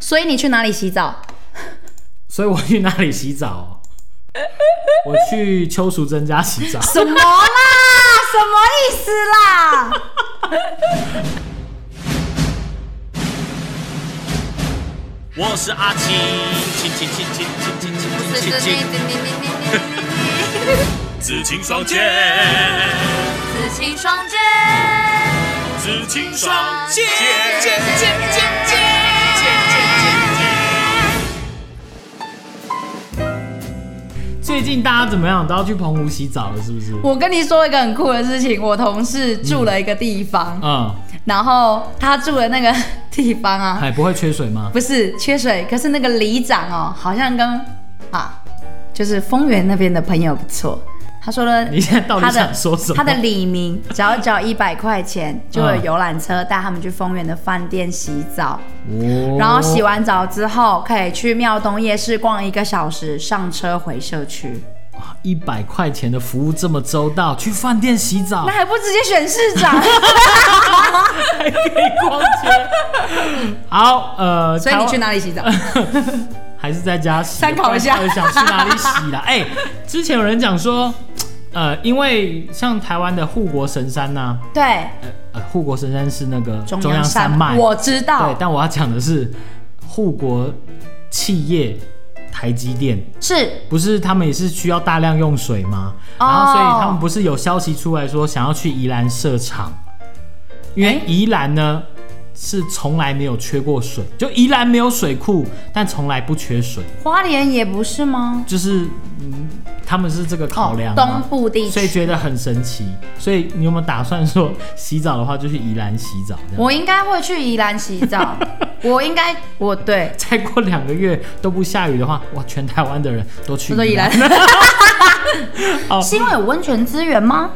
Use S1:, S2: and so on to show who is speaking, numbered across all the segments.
S1: 所以你去哪里洗澡？
S2: 所以我去哪里洗澡？我去邱淑贞家洗澡。
S1: 什么啦？什么意思啦？
S3: 我是阿青，青青青青青青青青青，紫青双剑，
S4: 紫青双剑，
S3: 紫青双剑，
S4: 剑剑剑剑剑
S2: 最近大家怎么样？都要去澎湖洗澡了，是不是？
S1: 我跟你说一个很酷的事情，我同事住了一个地方，
S2: 嗯，
S1: 然后他住的那个地方啊，
S2: 还不会缺水吗？
S1: 不是缺水，可是那个里长哦，好像跟啊，就是丰原那边的朋友不错。他说了，
S2: 你现在到底
S1: 他的
S2: 想说什么
S1: 他的李明只要交一百块钱，就有
S2: 嗯
S1: 游览车带他们去丰原的饭店洗澡。
S2: 哦
S1: 然后洗完澡之后，可以去庙东夜市逛一个小时，上车回社区。
S2: 一百块钱的服务这么周到，去饭店洗澡
S1: 那还不直接选市 长？
S2: 还可以逛街。好，呃，
S1: 所以你去
S2: 台湾？
S1: 哪里 洗澡？
S2: 还是在家洗？
S1: 参考一下
S2: 我想去哪里 洗啦？哎、之前有人讲说，呃，因为像台湾的护国神山呐、
S1: 对，
S2: 呃呃，护国神山是那个中央
S1: 央
S2: 山脉，
S1: 我知道
S2: 对，但我要讲的是护国企业台积电，
S1: 是
S2: 不是他们也是需要大量用水吗？
S1: 哦
S2: 然后所以他们不是有消息出来说想要去宜兰设厂，因为宜兰呢。是从来没有缺过水，就宜兰没有水库，但从来不缺水，
S1: 花莲也不是吗？
S2: 就是嗯，他们是这个考量、
S1: 东
S2: 嘛。
S1: 部地
S2: 所以
S1: 区。
S2: 觉得很神奇。所以你有没有打算说洗澡的话就去宜兰洗澡？这样
S1: 我应该会去宜兰洗 澡，我应该我对，
S2: 再过两个月都不下雨的话，哇，全台湾的人都去
S1: 我说宜兰，
S2: 哦
S1: 是因为有温泉资源吗？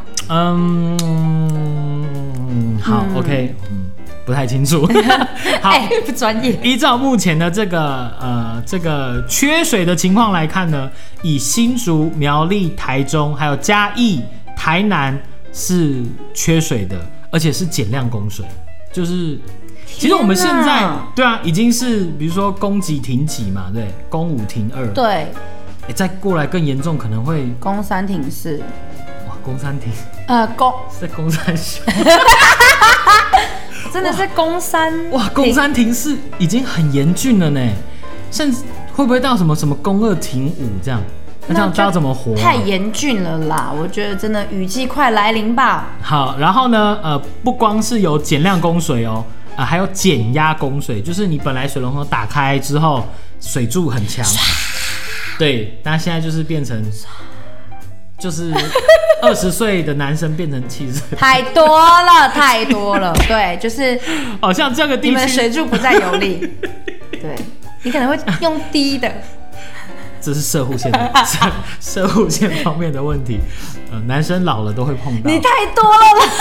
S2: 嗯，好，OK，嗯，不太清楚。好，
S1: 哎，不专业。
S2: 依照目前的这个呃这个缺水的情况来看呢，以新竹、苗栗、台中还有嘉义、台南是缺水的，而且是减量供水，就是。其实我们现在对啊，已经是比如说供给停几嘛，对，供五停二，
S1: 对，
S2: 诶再过来更严重，可能会
S1: 公三挺是，
S2: 哇，供三停
S1: 呃，公
S2: 在供三小，
S1: 真的是公三
S2: 哇，供三停四已经很严峻了呢，甚至会不会到什么什么供二停五这样？那这
S1: 那
S2: 样
S1: 就
S2: 知道怎么活、啊？
S1: 太严峻了啦！我觉得真的雨季快来临吧。
S2: 好，然后呢，呃，不光是有减量供水哦，呃，还有减压供水，就是你本来水龙头打开之后，水柱很强，对，那现在就是变成，就是 二十岁的男生变成七十，
S1: 太多了，太多 了。对，就是
S2: 好像这个
S1: 你
S2: 地
S1: 们的
S2: 区
S1: 水柱不再有 力。对，你可能会用低的。
S2: 这是射 护线的射射护线方面的问题，呃，男生老了都会碰到
S1: 你。太多了啦，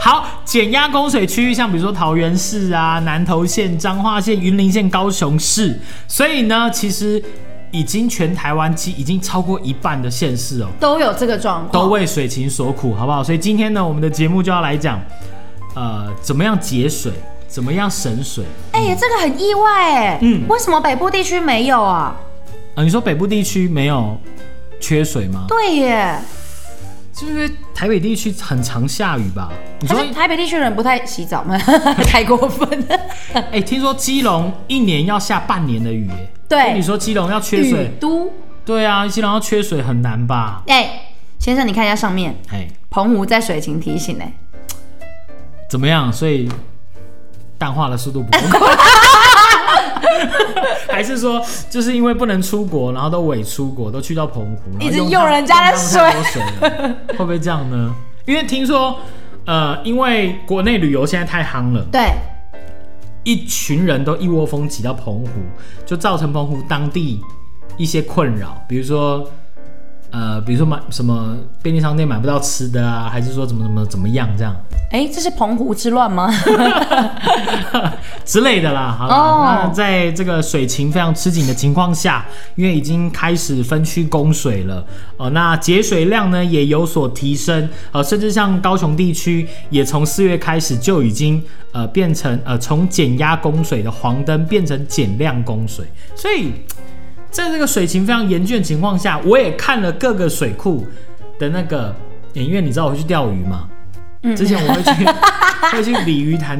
S2: 好，减压供水区域，像比如说桃园市啊、南投县、彰化县、云林县、高雄市，所以呢，其实已经全台湾其已经超过一半的县市哦，
S1: 都有这个状况。
S2: 都为水情所苦，好不好？所以今天呢，我们的节目就要来讲，呃，怎么样节水，怎么样省水。
S1: 哎、这个很意外哎、
S2: 嗯
S1: 为什么北部地区没有啊？
S2: 呃，你说北部地区没有缺水吗？
S1: 对耶，
S2: 就是因为台北地区很常下雨吧？你
S1: 还
S2: 说
S1: 是台北地区人不太洗澡 吗？太过分了。
S2: 哎、听说基隆一年要下半年的雨耶。
S1: 对
S2: 所以你说基隆要缺水
S1: 雨，都，
S2: 对啊，基隆要缺水很难吧？
S1: 哎、先生，你看一下上面，
S2: 哎，
S1: 澎湖在水情提醒哎、
S2: 怎么样？所以淡化的速度不 够快，还是说就是因为不能出国，然后都伪出国，都去到澎湖，然后
S1: 一直
S2: 用
S1: 用
S2: 它
S1: 人家的
S2: 用它水了，会不会这样呢？因为听说，呃，因为国内旅游现在太夯了，
S1: 对，
S2: 一群人都一窝蜂挤到澎湖，就造成澎湖当地一些困扰，比如说呃，比如说买什么便利商店买不到吃的啊，还是说怎么怎么怎么样这样
S1: 哎，这是澎湖之乱吗？
S2: 之类的啦。好啦
S1: 哦
S2: 那在这个水情非常吃紧的情况下，因为已经开始分区供水了，呃，那节水量呢也有所提升，呃，甚至像高雄地区也从四月开始就已经呃变成呃从减压供水的黄灯变成减量供水，所以。在这个水情非常严峻的情况下，我也看了各个水库的那个，欸因为你知道我会去钓鱼嘛，之前我会去 会去鲤鱼潭，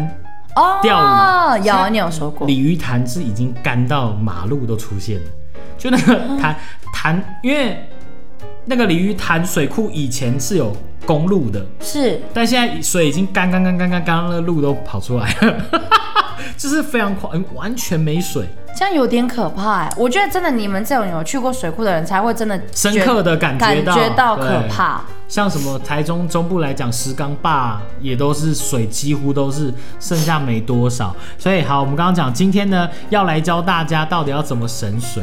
S1: 哦，
S2: 钓鱼
S1: 有你有说过，
S2: 鲤鱼潭是已经干到马路都出现了，就那个潭潭，因为那个鲤鱼潭水库以前是有公路的，
S1: 是
S2: 但现在水已经干干干干干干，到那个路都跑出来了， 就是非常狂，完全没水，
S1: 这样有点可怕哎。我觉得真的，你们这种有去过水库的人才会真的
S2: 深
S1: 觉
S2: 刻的感觉
S1: 感
S2: 到
S1: 觉到
S2: 对
S1: 可怕。
S2: 像什么台中中部来讲，石冈坝也都是水，几乎都是剩下没多少。所以好，我们刚刚讲，今天呢要来教大家到底要怎么省水，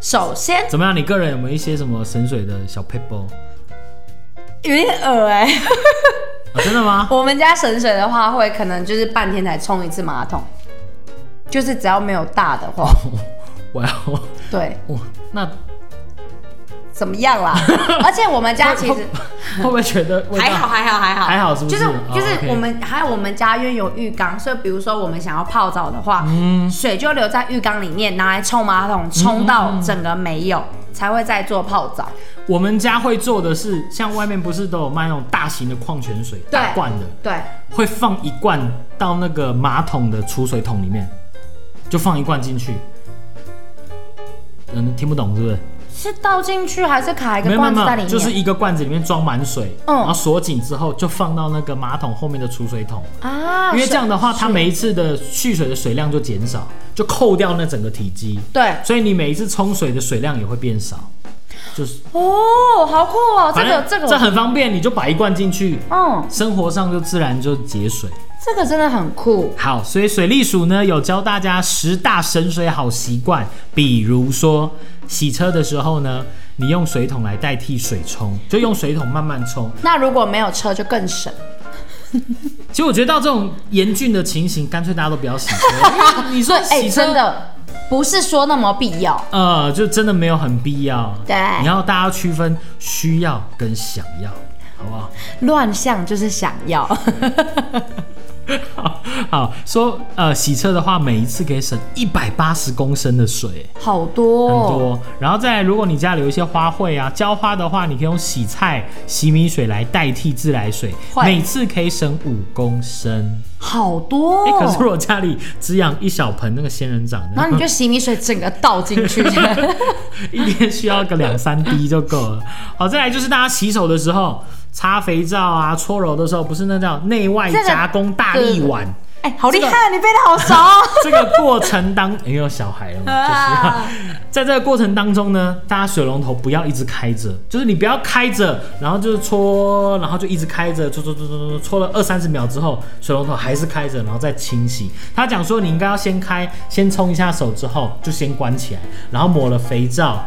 S1: 首先
S2: 怎么样？你个人有没有一些什么省水的小 paper？、
S1: 有点恶哎、
S2: 啊、真的吗？
S1: 我们家省水的话，会可能就是半天才冲一次马桶，就是只要没有大的 话，
S2: 哇哦，
S1: 对，
S2: 哇，那
S1: 怎么样啦？而且我们家 其实。
S2: 会不会觉得味道
S1: 还好，？还好，还好，
S2: 还好是不是
S1: 就是
S2: 哦
S1: 就是
S2: ，OK
S1: 我们还有我们家因为有浴缸，所以比如说我们想要泡澡的话，
S2: 嗯
S1: 水就留在浴缸里面，拿来冲马桶，冲到整个没有，才会再做泡澡。
S2: 我们家会做的是，像外面不是都有卖那种大型的矿泉水，
S1: 对
S2: 大罐的，
S1: 对，
S2: 会放一罐到那个马桶的储水桶里面，就放一罐进去。嗯，听不懂是不是？
S1: 是倒进去还是卡一
S2: 没
S1: 个
S2: 有没
S1: 罐
S2: 有没
S1: 子在里面？
S2: 有，就是一个罐子里面装满水，
S1: 嗯
S2: 然后锁紧之后就放到那个马桶后面的储水桶，
S1: 啊，
S2: 因为这样的话，
S1: 是
S2: 它每一次的蓄水的水量就减少，就扣掉那整个体积，
S1: 对
S2: 所以你每一次冲水的水量也会变少，就是
S1: 哦，好酷哦，这
S2: 反
S1: 个
S2: 正
S1: 这个
S2: 这很方便，你就把一罐进去，
S1: 嗯，
S2: 生活上就自然就节水。
S1: 这个真的很酷。
S2: 好，所以水利署呢有教大家十大省水好习惯，比如说洗车的时候呢，你用水桶来代替水冲，就用水桶慢慢冲。
S1: 那如果没有车就更省，
S2: 其实我觉得到这种严峻的情形，干脆大家都不要洗车。因为你说
S1: 哎、
S2: 洗车、
S1: 真，的不是说那么必要。
S2: 呃，就真的没有很必要。
S1: 对
S2: 你要大家区分需要跟想要，好不好？
S1: 乱象就是想要，
S2: 好好说，呃，洗车的话，每一次可以省一百八十公升的水、哎
S1: 好多、
S2: 很
S1: 哦，
S2: 多。然后再来，如果你家里有一些花卉啊，浇花的话，你可以用洗菜、洗米水来代替自来水，
S1: 会
S2: 每次可以省五公升。
S1: 好多、哦
S2: 哎、可是我家里只养一小盆那个仙人掌，
S1: 然后你就洗米水整个倒进去，
S2: 一天需要个两三滴就够了。好，再来就是大家洗手的时候，擦肥皂啊、搓揉的时候，不是那叫内外
S1: 这个
S2: 夹攻大力丸。
S1: 哎、好厉害、啊，你背的好熟哦。
S2: 这个过程当，因为有小孩了嘛，就是要
S1: 啊
S2: 在这个过程当中呢，大家水龙头不要一直开着，就是你不要开着，然后就是搓，然后就一直开着，搓搓搓搓搓，搓了二三十秒之后，水龙头还是开着，然后再清洗。他讲说你应该要先开，先冲一下手之后就先关起来，然后抹了肥皂。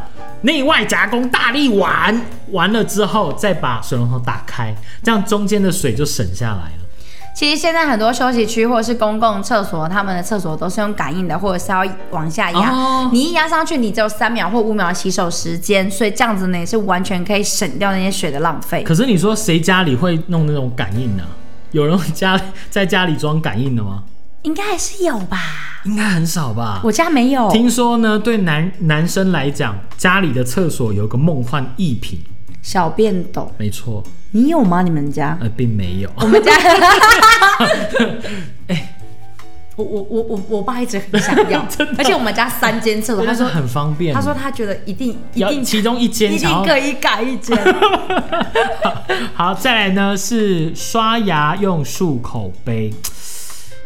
S2: 内外夹攻大力丸，完了之后再把水龙头打开，这样中间的水就省下来了。
S1: 其实现在很多休息区或者是公共厕所，他们的厕所都是用感应的，或者是要往下压。
S2: 哦
S1: 你一压上去，你只有三秒或五秒的洗手时间，所以这样子呢也是完全可以省掉那些水的浪费。
S2: 可是你说谁家里会弄那种感应呢、啊有人家在家里装感应的吗？
S1: 应该还是有吧？
S2: 应该很少吧。
S1: 我家没有，
S2: 听说呢，对男男生来讲，家里的厕所有个梦幻逸品，
S1: 小便斗，
S2: 没错，
S1: 你有吗？你们家？
S2: 呃，并没有。
S1: 我们 家，哎我我我我我爸一直很想 要
S2: 真的，
S1: 而且我们家三间厕所，他
S2: 但是
S1: 说
S2: 很方便。
S1: 他说他觉得一定一
S2: 要
S1: 定
S2: 其中一间
S1: 一
S2: 想
S1: 定
S2: 要
S1: 可以改一间，
S2: 好，再来呢是刷牙用漱口杯，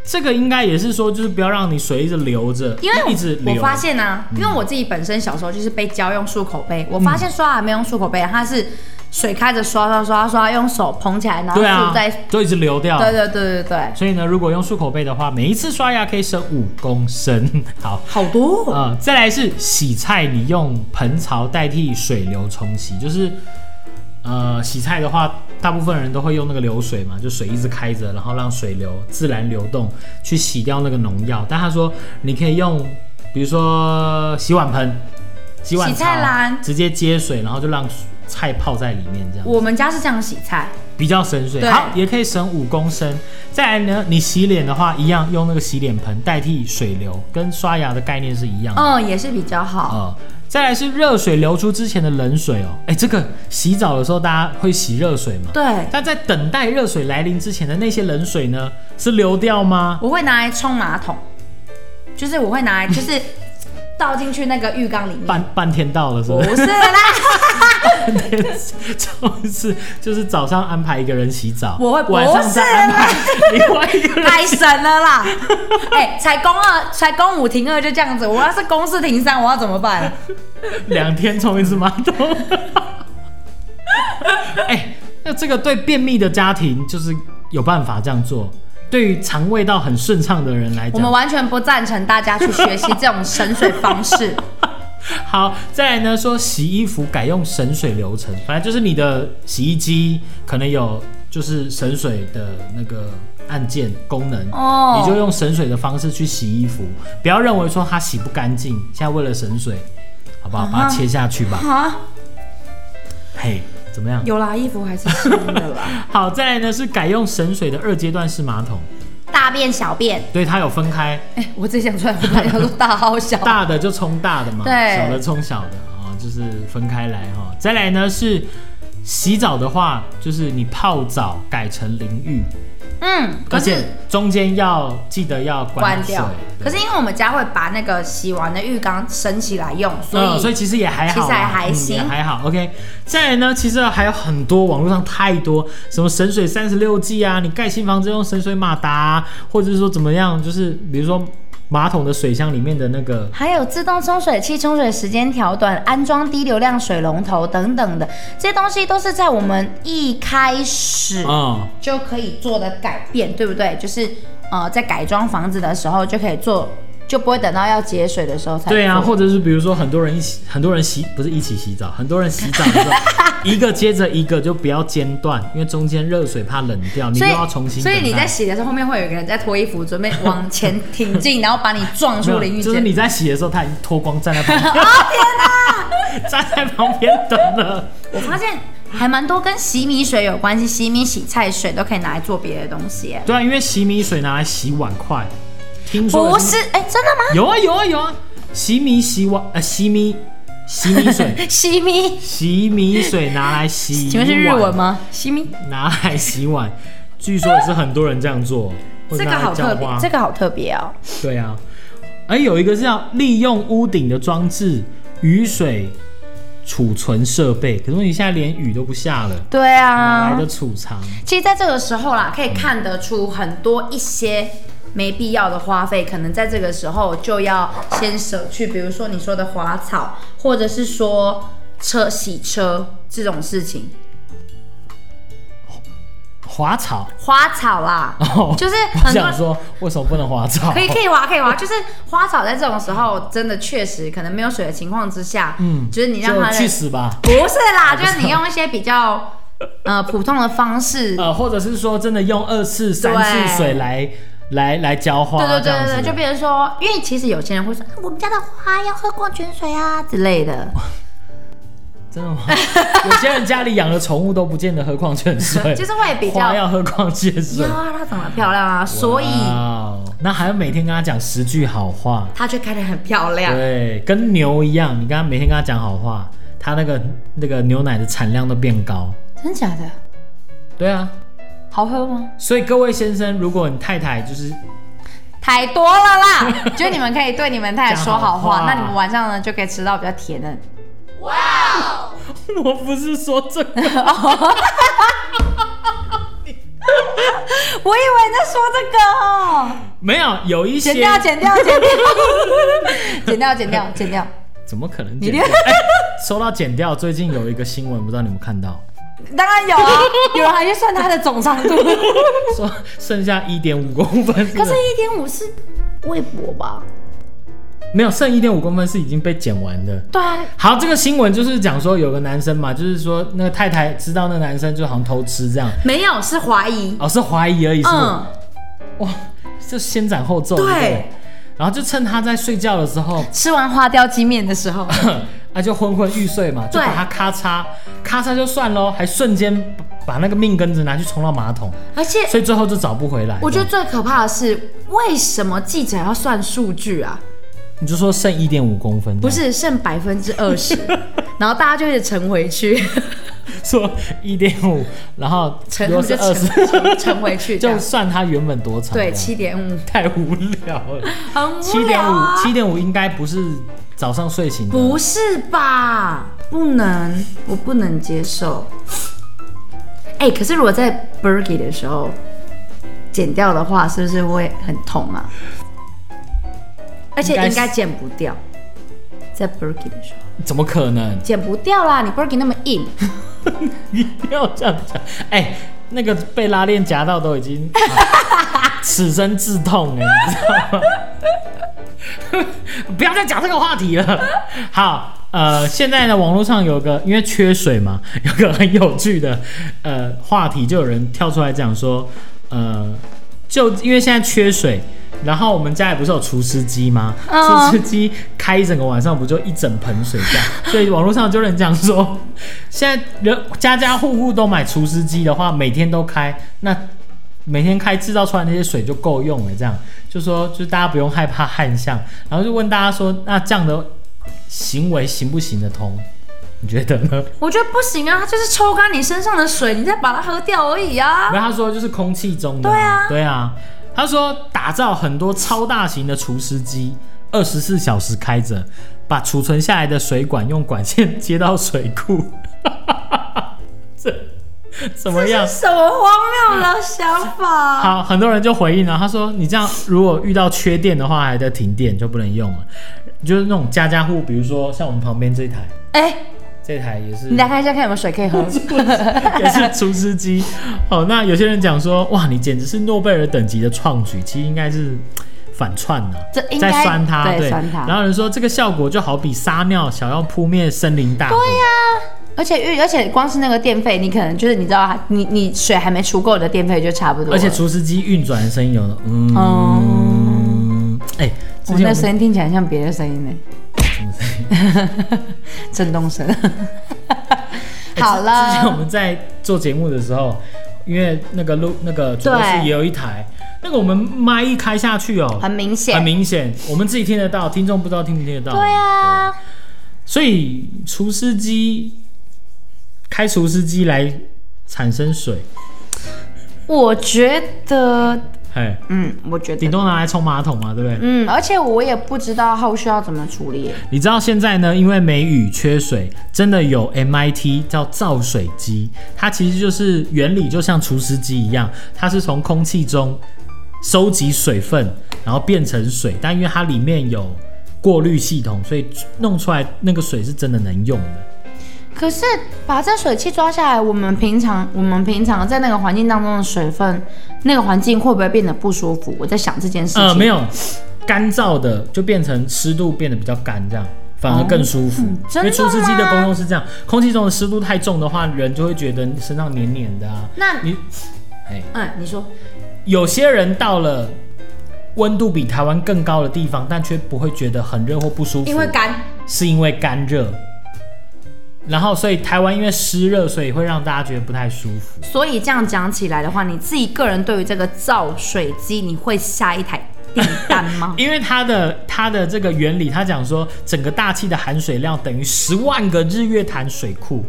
S2: 这个应该也是说，就是不要让你水一直流着，
S1: 因为
S2: 一直
S1: 我
S2: 流。
S1: 我发现嗯啊，因为我自己本身小时候就是被教用漱口杯，我发现刷牙没有用漱口杯，它是水开着刷刷刷刷，用手捧起来，然后
S2: 对啊
S1: 就在，
S2: 就一直流掉。
S1: 对对对对对，
S2: 所以呢，如果用漱口杯的话，每一次刷牙可以省五公升。 好，
S1: 好多哦、
S2: 呃，再来是洗菜，你用盆槽代替水流冲洗，就是呃洗菜的话，大部分人都会用那个流水嘛，就水一直开着，然后让水流自然流动去洗掉那个农药。但他说你可以用，比如说洗碗盆、洗碗
S1: 洗菜
S2: 槽
S1: 篮
S2: 直接接水，然后就让菜泡在里面这样。
S1: 我们家是这样洗菜，
S2: 比较省水，
S1: 对
S2: 好，也可以省五公升。再来呢，你洗脸的话，一样用那个洗脸盆代替水流，跟刷牙的概念是一样的。
S1: 嗯，也是比较好。
S2: 呃，再来是热水流出之前的冷水哦，哎，这个洗澡的时候大家会洗热水嘛？
S1: 对，
S2: 但在等待热水来临之前的那些冷水呢，是流掉吗？
S1: 我会拿来冲马桶，就是我会 拿来，就是倒进去那个浴缸里面。
S2: 半半天到了是不
S1: 不
S2: 是？
S1: 是啦，
S2: 半天 就是就是早上安排一个人洗澡，
S1: 我会
S2: 晚上再安排另外一个人
S1: 太神了 啦！哎、才公二，才公五停二就这样子，我要是公四停三，我要怎么办？
S2: 两天冲一次马 桶。哎、那这个对便秘的家庭就是有办法这样做，对于肠胃道很顺畅的人来
S1: 我们
S2: 讲，
S1: 完全不赞成大家去学习这种省水方 式。
S2: 好。再来呢，说洗衣服改用省水流程，反正就是你的洗衣机可能有就是省水的那个按键功能，
S1: 哦
S2: 你就用省水的方式去洗衣服，不要认为说它洗不干净，现在为了省水，好不好？把它切下去吧。
S1: 啊，
S2: 嘿，怎么样？
S1: 有啦，衣服还是新的啦。
S2: 好，再来呢是改用省水的二阶段式马桶，
S1: 大便小便，
S2: 对，它有分开，
S1: 哎、我自己想出来，不然要说大好小。
S2: 大的就冲大的嘛，
S1: 对
S2: 小的冲小的啊、就是分开来哈、再来呢是洗澡的话，就是你泡澡改成淋浴，
S1: 嗯，可
S2: 而
S1: 是
S2: 且中间要记得要关
S1: 关
S2: 水，
S1: 掉。
S2: 对
S1: 可是因为我们家会把那个洗完的浴缸升起来用，所以、
S2: 嗯，所以其实也还
S1: 其
S2: 好啦，
S1: 实还还
S2: 嗯
S1: 行
S2: 也还好。OK，再来呢，其实还有很多网络上太多什么神水三十六计啊，你盖新房子用神水马达啊、或者是说怎么样，就是比如说马桶的水箱里面的那个，
S1: 还有自动冲水器、冲水时间调短、安装低流量水龙头等等的，这些东西都是在我们一开始
S2: 嗯，
S1: 就可以做的改变，对不对？就是呃，在改装房子的时候就可以做，就不会等到要节水的时候才
S2: 对啊，
S1: 做
S2: 或者是比如说很多人一起，很多人洗不是一起洗澡，很多人洗澡的时候 一个接着一个就不要间断，因为中间热水怕冷掉，你
S1: 所
S2: 又
S1: 以
S2: 要重新
S1: 所以你
S2: 等待
S1: 在洗的时候，后面会有一个人在脱衣服，准备往前挺进，然后把你哦撞
S2: 没
S1: 出
S2: 有
S1: 淋浴
S2: 就是
S1: 间。
S2: 你在洗的时候，他已经脱光站在旁 边。啊天哪！ 站在旁边等了。
S1: 我发现还蛮多跟洗米水有关系，洗米、洗菜水都可以拿来做别的东西耶。
S2: 对啊，因为洗米水拿来洗碗筷，听说
S1: 不是，哎、真的吗？
S2: 有啊有啊有啊，洗米洗碗呃洗米洗 米水
S1: 洗米，
S2: 洗米水拿来洗碗，
S1: 请问是日文？吗？洗米，
S2: 拿来洗碗，据说也是很多人这样做，或者
S1: 这个
S2: 拿来
S1: 好
S2: 浇
S1: 特别
S2: 花，
S1: 这个好特别哦。
S2: 对啊，而有一个是要利用屋顶的装置雨水储存设备，可是问题现在连雨都不下了，
S1: 对
S2: 哪来
S1: 啊
S2: 的，储藏？
S1: 其实在这个时候啦，可以看得出很多一些。没必要的花费，可能在这个时候就要先舍去，比如说你说的花草，或者是说车洗车这种事情。
S2: 滑草？
S1: 花草啦，
S2: 哦
S1: 就是
S2: 我
S1: 很多
S2: 想说，为什么不能滑草？
S1: 可以可以滑可以滑，就是花草在这种时候真的确实可能没有水的情况之下，嗯，就是你让它
S2: 就去
S1: 的
S2: 死吧！
S1: 不是啦，就是你用一些比较呃普通的方式，
S2: 呃，或者是说真的用二次、三次
S1: 对
S2: 水来来来浇花，
S1: 对对
S2: 这样
S1: 对
S2: 子
S1: 对对，就比如说，因为其实有些人会说，啊我们家的花要喝矿泉水啊之类的，
S2: 真的吗？ 有些人家里养的宠物都不见得喝矿泉水，
S1: 就是会比较
S2: 花要喝矿泉水
S1: 要，啊，它长得漂亮啊，所以
S2: 哇哦那还要每天跟他讲十句好话，
S1: 它就开得很漂亮。
S2: 对，跟牛一样，你跟他每天跟他讲好话，他那个那个牛奶的产量都变高。
S1: 真假的？
S2: 对啊，
S1: 好喝吗？
S2: 所以各位先生，如果你太太就是
S1: 太多了 啦！就你们可以对你们太太说好
S2: 讲好话
S1: 话，那你们晚上呢就可以吃到比较甜的。
S2: 我不是说这个，
S1: 我以为你在说这个哦，
S2: 没有，有一些
S1: 剪掉，剪掉， 剪掉，剪掉，剪掉，剪掉。
S2: 怎么可能
S1: 你
S2: 剪掉？哎收到剪掉，最近有一个新闻，不知道你们看到
S1: 当然有 啊，有人还去算它的总长度，
S2: 说剩下一点五公分是不
S1: 可
S2: 是，
S1: 是，一点五是微博吧？
S2: 没有剩一点五公分是已经被剪完的。
S1: 对啊，
S2: 好，这个新闻就是讲说有个男生嘛，就是说那个太太知道那个男生就好像偷吃这样，
S1: 没有是怀疑，
S2: 哦是怀疑而已，是吗？
S1: 嗯，
S2: 哇，就先斩后奏，
S1: 对
S2: 不对？然后就趁他在睡觉的时候，
S1: 吃完花雕鸡面的时候，
S2: 啊就昏昏欲睡嘛，就
S1: 对
S2: 把他咔嚓咔嚓就算喽，还瞬间把那个命根子拿去冲到马桶，
S1: 而且
S2: 所以最后就找不回来。
S1: 我觉得最可怕的是，为什么记者要算数据啊？
S2: 你就说剩一点五公分，
S1: 不是剩百分之二十，然后大家就一直乘回去，
S2: 说一点五，然后
S1: 乘
S2: 如
S1: 他
S2: 果
S1: 们就是
S2: 二
S1: 乘
S2: 十，
S1: 乘乘回去这
S2: 就
S1: 样，
S2: 算它原本多长。
S1: 对，七点五，
S2: 太无聊了。
S1: 很
S2: 七
S1: 无
S2: 点
S1: 聊啊
S2: 五，七点五应该不是早上睡醒的。
S1: 不是吧？不能，我不能接受。哎、可是如果在 Burger 的时候剪掉的话，是不是会很痛啊？而且
S2: 应该是
S1: 应该剪不掉，在 Burger 的时候
S2: 怎么可能？
S1: 剪不掉啦！你 Burger 那么 硬，
S2: 你 不要这样讲。哎、那个被拉链夹到都已经、啊此生至痛哎、你知道吗？ 不要再讲这个话题了。好，呃，现在呢，网络上有个因为缺水嘛，有个很有趣的呃话题，就有人跳出来讲说，呃，就因为现在缺水。然后我们家里不是有除湿机吗？
S1: 嗯
S2: 除湿机开一整个晚上，不就一整盆水这样？所以网络上就有人讲说，现在人家家户户都买除湿机的话，每天都开，那每天开制造出来那些水就够用了。这样就说，就是大家不用害怕旱象，然后就问大家说，那这样的行为行不行得通？你觉得呢？
S1: 我觉得不行啊！它就是抽干你身上的水，你再把它喝掉而已 啊！
S2: 然后他说就是空气中的，
S1: 对啊
S2: 对啊。他说打造很多超大型的除湿机，二十四小时开着，把储存下来的水管用管线接到水库。这怎么样？
S1: 什么荒谬的想法？
S2: 好，很多人就回应啊了，他说：“你这样如果遇到缺电的话，还在停电就不能用了。”就是那种家家户，比如说像我们旁边这一台，
S1: 哎、
S2: 这台也是
S1: 你打开一下看有没有水可以 喝。
S2: 也是厨师机。好，那有些人讲说，哇，你简直是诺贝尔等级的创举，其实应该是反串呐、
S1: 这应该
S2: 在酸它，
S1: 对
S2: 对，
S1: 酸它
S2: 然后有人说这个效果就好比撒尿想要扑灭森林大火，对呀、
S1: 而且运，而且光是那个电费，你可能就是你知道，你你水还没出够，你的电费就差不多了。哦
S2: 而且厨师机运转的声音有，嗯，哎、
S1: 哦我
S2: 之前
S1: 那
S2: 我们
S1: 声音听起来像别的声音呢，
S2: 什么声音？
S1: 震动 声。
S2: 欸
S1: 好
S2: 之之前我
S1: 了，
S2: 们在做节目的时候，因为那个录那个主播室
S1: 对
S2: 也有一台，那个我们麦一开下去哦，
S1: 很明显
S2: 很明显，我们自己听得到，听众不知道听不听得到。
S1: 对啊，
S2: 所以除湿机开除湿机来产生水，
S1: 我觉得，
S2: 哎，
S1: 嗯，我觉
S2: 顶
S1: 得，
S2: 多拿来冲马桶嘛，对不对？
S1: 嗯，而且我也不知道后续要怎么处理。
S2: 你知道现在呢，因为梅雨缺水，真的有 MIT 叫造水机，它其实就是原理就像除湿机一样，它是从空气中收集水分，然后变成水，但因为它里面有过滤系统，所以弄出来那个水是真的能用的。
S1: 可是把这水汽抓下来，我们平常我们平常在那个环境当中的水分，那个环境会不会变得不舒服？我在想这件事情。
S2: 呃，没有干燥的就变成湿度变得比较干，这样反而更舒服。因
S1: 哦嗯真的
S2: 为除湿机的
S1: 吗
S2: 功用是这样，空气中的湿度太重的话，人就会觉得身上黏黏的啊。
S1: 那
S2: 你
S1: 嗯，你说，
S2: 有些人到了温度比台湾更高的地方，但却不会觉得很热或不舒服，
S1: 因为干，
S2: 是因为干热。然后，所以台湾因为湿热，所以会让大家觉得不太舒服。
S1: 所以这样讲起来的话，你自己个人对于这个造水机，你会下一台订单 吗？
S2: 因为它的它的这个原理，它讲说整个大气的含水量等于十万个日月潭水库，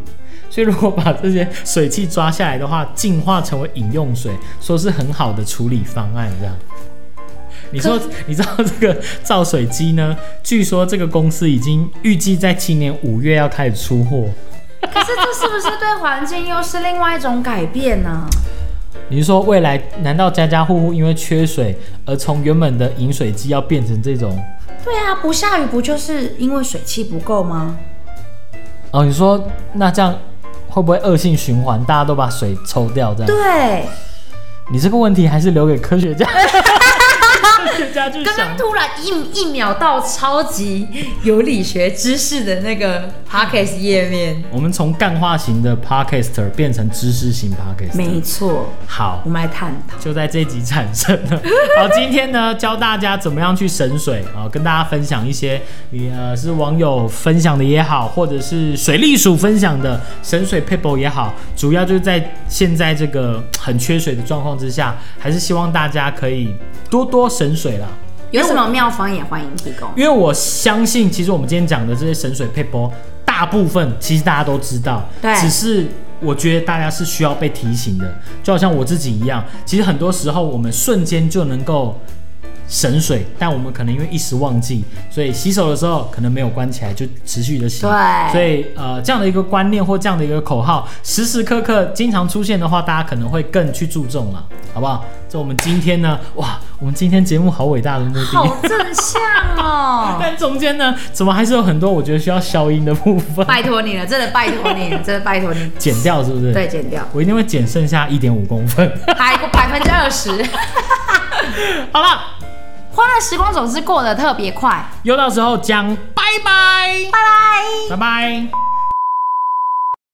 S2: 所以如果把这些水汽抓下来的话，净化成为饮用水，说是很好的处理方案。这样，你说你知道这个造水机呢？据说这个公司已经预计在今年五月要开始出货。
S1: 可是这是不是对环境又是另外一种改变呢、
S2: 你是说未来难道家家户户因为缺水而从原本的饮水机要变成这种？
S1: 对啊，不下雨不就是因为水汽不够吗？
S2: 哦，你说那这样会不会恶性循环？大家都把水抽掉这样？
S1: 对，
S2: 你这个问题还是留给科学 家，科学家去
S1: 刚
S2: 想
S1: 刚。突然一一秒到超级有理学知识的那个 podcast 页面，
S2: 我们从干化型的 podcaster 变成知识型 podcaster，
S1: 没错，
S2: 好
S1: 我，们来探讨。
S2: 就在这一集产生了。 好，今天呢教大家怎么样去省水啊、跟大家分享一些你呃是网友分享的也好，或者是水利署分享的省水 paper 也好，主要就是在现在这个很缺水的状况之下，还是希望大家可以多多省水啦。
S1: 有什么妙方也欢迎提供。
S2: 因为我相信，其实我们今天讲的这些省水配波，大部分其实大家都知道，
S1: 对
S2: 只是我觉得大家是需要被提醒的，就好像我自己一样，其实很多时候我们瞬间就能够。省水，但我们可能因为一时忘记，所以洗手的时候可能没有关起来，就持续的洗。
S1: 对
S2: 所以呃，这样的一个观念或这样的一个口号，时时刻刻经常出现的话，大家可能会更去注重了，好不好？这我们今天呢，哇，我们今天节目好伟大的目 的，
S1: 好正向哦！
S2: 但中间呢，怎么还是有很多我觉得需要消音的部分，
S1: 拜托你了，真的拜托你了，真的拜托 你，
S2: 剪掉是不是？
S1: 对，，剪掉，
S2: 我一定会剪剩下一点五公分。
S1: 还百分之二十。
S2: 好了，
S1: 欢乐时光总是过得特别快，
S2: 又到时候讲，拜拜，
S1: 拜拜。
S2: 拜拜。